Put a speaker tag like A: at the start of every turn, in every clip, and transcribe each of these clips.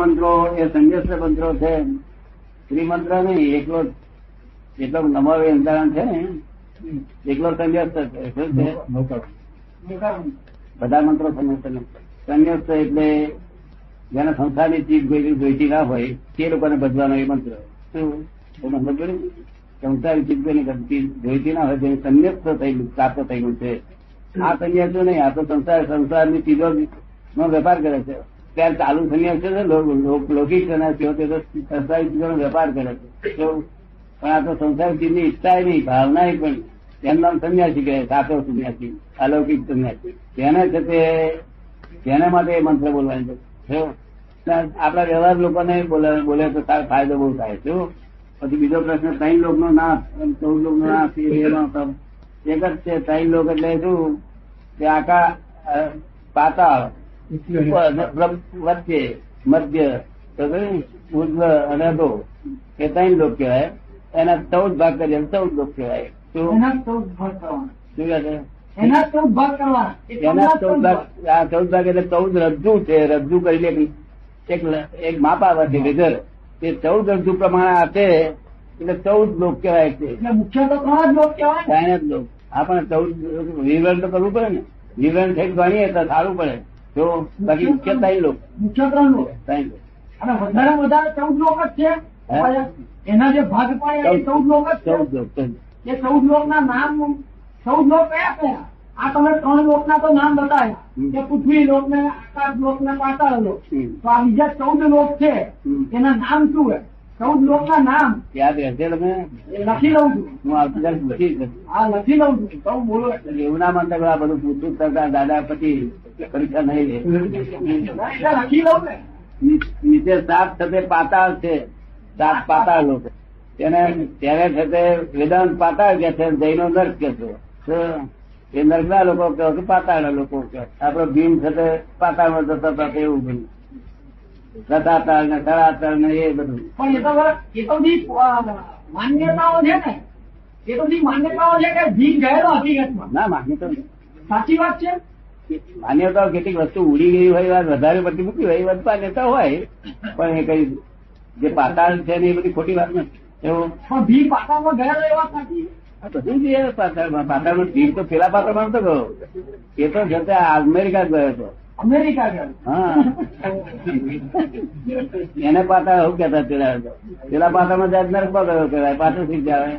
A: મંત્રો એ સંન્યાસ મંત્રો છે શ્રીમંત્ર નહીં એકલો એટલો નમો વેંધારણ છે ને એકલો સંન્યાસ છે શું છે? બધા મંત્રો સંન્યાસ નથી. સંન્યાસ એટલે જેને સંસારની ચીજ જોઈ- જોઈતી ના હોય તે લોકોને ભજવાનો એ મંત્ર શું એમાં સમજો ને? સંસારી ચીજ કોઈને ગમતી- જોઈતી ના હોય તેને સંન્યાસ થયેલું પ્રાપ્ત થયેલું છે આ સંન્યાસો નહીં આ તો સંસાર સંસારની ચીજો નો વેપાર કરે છે ત્યારે ચાલુ સંન્યાસ છે ને, લો- લો- લૌકિક સંન્યાસ છે તે તો સંસારી ચીજોનો વેપાર કરે છે તો પણ આ તો સંસારી ચીજની ઈચ્છા નહીં ભાવના પણ એમ નામ સંન્યાસી કહે સાચો સંન્યાસી અલૌકિક સંન્યાસી તેને છે તે તેના માટે એ મંત્ર બોલવાની જરૂર છે આપણા વ્યવહાર લોકોને બોલે બોલે તો સારો ફાયદો બહુ થાય શું પછી બીજો પ્રશ્ન ત્રણ લોક નો નાશ અને ચૌદ લોક નો નાશ એ બેનો તમ. એક જ છે ત્રણ લોક એટલે શું કે આકા અ, પાતાળ ઉપર અને બ્રહ્મ વચ્ચે મધ્ય તો શું? ઉર્ધ્વ અને અધો એ ત્રણ લોક કહેવાય એના ચૌદ ભાગ કરીએ ચૌદ લોક કહેવાય શું
B: એના ચૌદ ભાગ કરવાના
A: શું કહે છે
B: એના ચૌદ ભાગ કરવાના એ
A: એના
B: ચૌદના
A: ચૌદ ભાગ આ ચૌદ ભાગ એટલે ચૌદ રજ્જુ છે રજ્જુ કરીને એક એક લ- એક માપ આવે છે વેધર તે ચૌદ રજ્જુ પ્રમાણે આ છે એટલે ચૌદ લોક કહેવાય છે
B: એટલે મુખ્ય તો ત્રણ જ લોક કહેવાય ને.
A: સાયણ જ લોક આપણે ચૌદ વિવરણ તો કરવું પડે ને વિવરણ થઈ ગણીએ તો સારું પડે જો બાકી મુખ્ય ત્રણ લોક
B: મુખ્ય ત્રણ લોક
A: ત્રણ લોક.
B: અને વધારે વધારે ચૌદ લોક જ છે
A: હે?
B: એના જે ભાગ પડે એ ચૌદ લોક જ છે
A: ચૌદ લોક ચૌદ.
B: એ ચૌદ લોક ના નામ ચૌદ લોક કયા કયા આ તમે ત્રણ લોક ના તો નામ
A: હમ.
B: બતાવ્યા કે પૃથ્વી લોક ને આકાશ લોક ને પાતાળ લોક
A: હમ.
B: તો આ બીજા ચૌદ લોક છે
A: હમ.
B: એના નામ શું છે ચૌદ લોક ના નામ
A: યાદ રહેશે તમે
B: એ લખી લઉં છું
A: હું આવતીકાલે પૂછી જ લઈશ.
B: આ લખી લઉં છું તમે બોલો એટલે.
A: એવું ના માનતા કે આ બધું પૂછતું કરતા દાદા પછી પરીક્ષા નહીં લે
B: ના, એટલે લખી લઉં ને
A: નીચે સાત થતે પાતાળ છે સાત પાતાળ લોકો તેને ત્યારે થતે વેદાંત પાતાળ કે છે જૈનો નર્ક કે છે તો એ નર્કના લોકો કહો કે પાતાળના લોકો કહે આપડો ભીમ થતે પાતાળમાં જતા હતા તો એવું બન્યું રતાતાળ ને તળાતાળ ને એ બધું
B: પણ એ તો બરાબર, એ તો બધી અ, માન્યતાઓ છે ને એ તો બધી માન્યતાઓ છે કે જીવ ગયેલો હકીકતમાં
A: ના માન્યતા
B: સાચી વાત છે
A: માન્યતાઓ કેટલીક વસ્તુ ઉડી ગઈ હોય એ વાત વધારે પડતી મૂકી હોય એ વાત માન્યતા હોય પણ એ કઈ જે પાતાળ છે ને એ બધી ખોટી વાત નથી એવું
B: પણ ભી પાતાળમાં ગયેલો એ વાત સાચી
A: આ બધું જ એ પાતાળમાં પાતાળનો ટીમ તો પેલા પાતાળમાં નતો ગયો એ તો જતે અમેરિકા ગયો હતો
B: અમેરિકા ગયેલો
A: હા એને પાતાળ એવું કહેતા પેલા પેલા પાતાળમાં જાય નરકમાં ગયો કહેવાય પાછળ થી આવે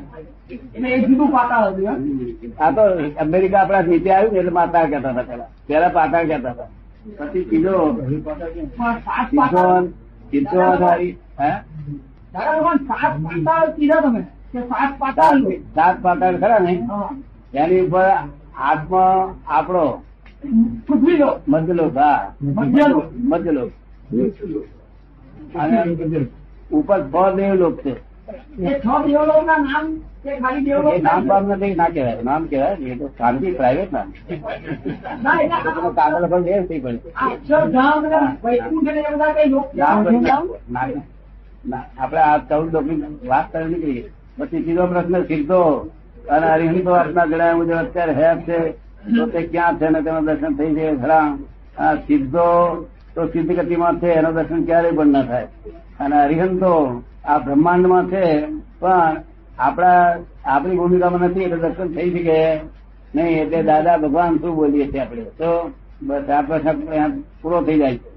B: એટલે એ જુદું પાતાળ હતું એમ.
A: આ તો અમેરિકા આપણા નીચે આવ્યું ને એટલે પાતાળ કહેતા હતા પેલા પેલા પાતાળ કહેતા હતા પછી સીધો
B: પણ સાત પાતાળ
A: સીધો સીધો આધારી હા
B: દાદા ભગવાન સાત પાતાળ કીધા તમે કે સાત પાતાળ હોય.
A: સાત પાતાળ ખરા ને
B: હા.
A: એની ઉપર આત્મા આપણો
B: પૃથ્વી લો
A: મધલો હા
B: મધ્ય લો
A: મધલો અને ઉપર છ દેવલોક છે
B: એ છ દેવલો ના નામ કે ખાલી દેવલો
A: એ નામ પામ નથી ના કહેવાય નામ કહેવાય ને, એ તો શાંતિ પ્રાઇવેટ નામ
B: ના એટલે
A: તો તમે કાગળ પર એ થઈ પડે
B: આ અક્ષરધામ ને વૈકુંઠ ને એ બધા કઈ લોક
A: નામ પર ના- ના, આપણે આ ચૌદ લોકની વાત કરી નીકળી પછી સીધો પ્રશ્ન સીધો અને હરિહંતો આપના જણાવ્યા મુજબ અત્યારે હેફ છે તો તે ક્યાં છે ને તેનું દર્શન થઈ જાય ખરા આ સીધો તો સિદ્ધ ગતિમાં છે એનું દર્શન ક્યારેય પણ ના થાય અને હરિહંતો આ બ્રહ્માંડમાં છે પણ આપણા આપણી ભૂમિકામાં નથી એટલે દર્શન થઈ શકે નહીં એટલે દાદા ભગવાન શું બોલીએ છીએ આપણે તો બસ આ પ્રશ્ન પૂરો થઈ જાય છે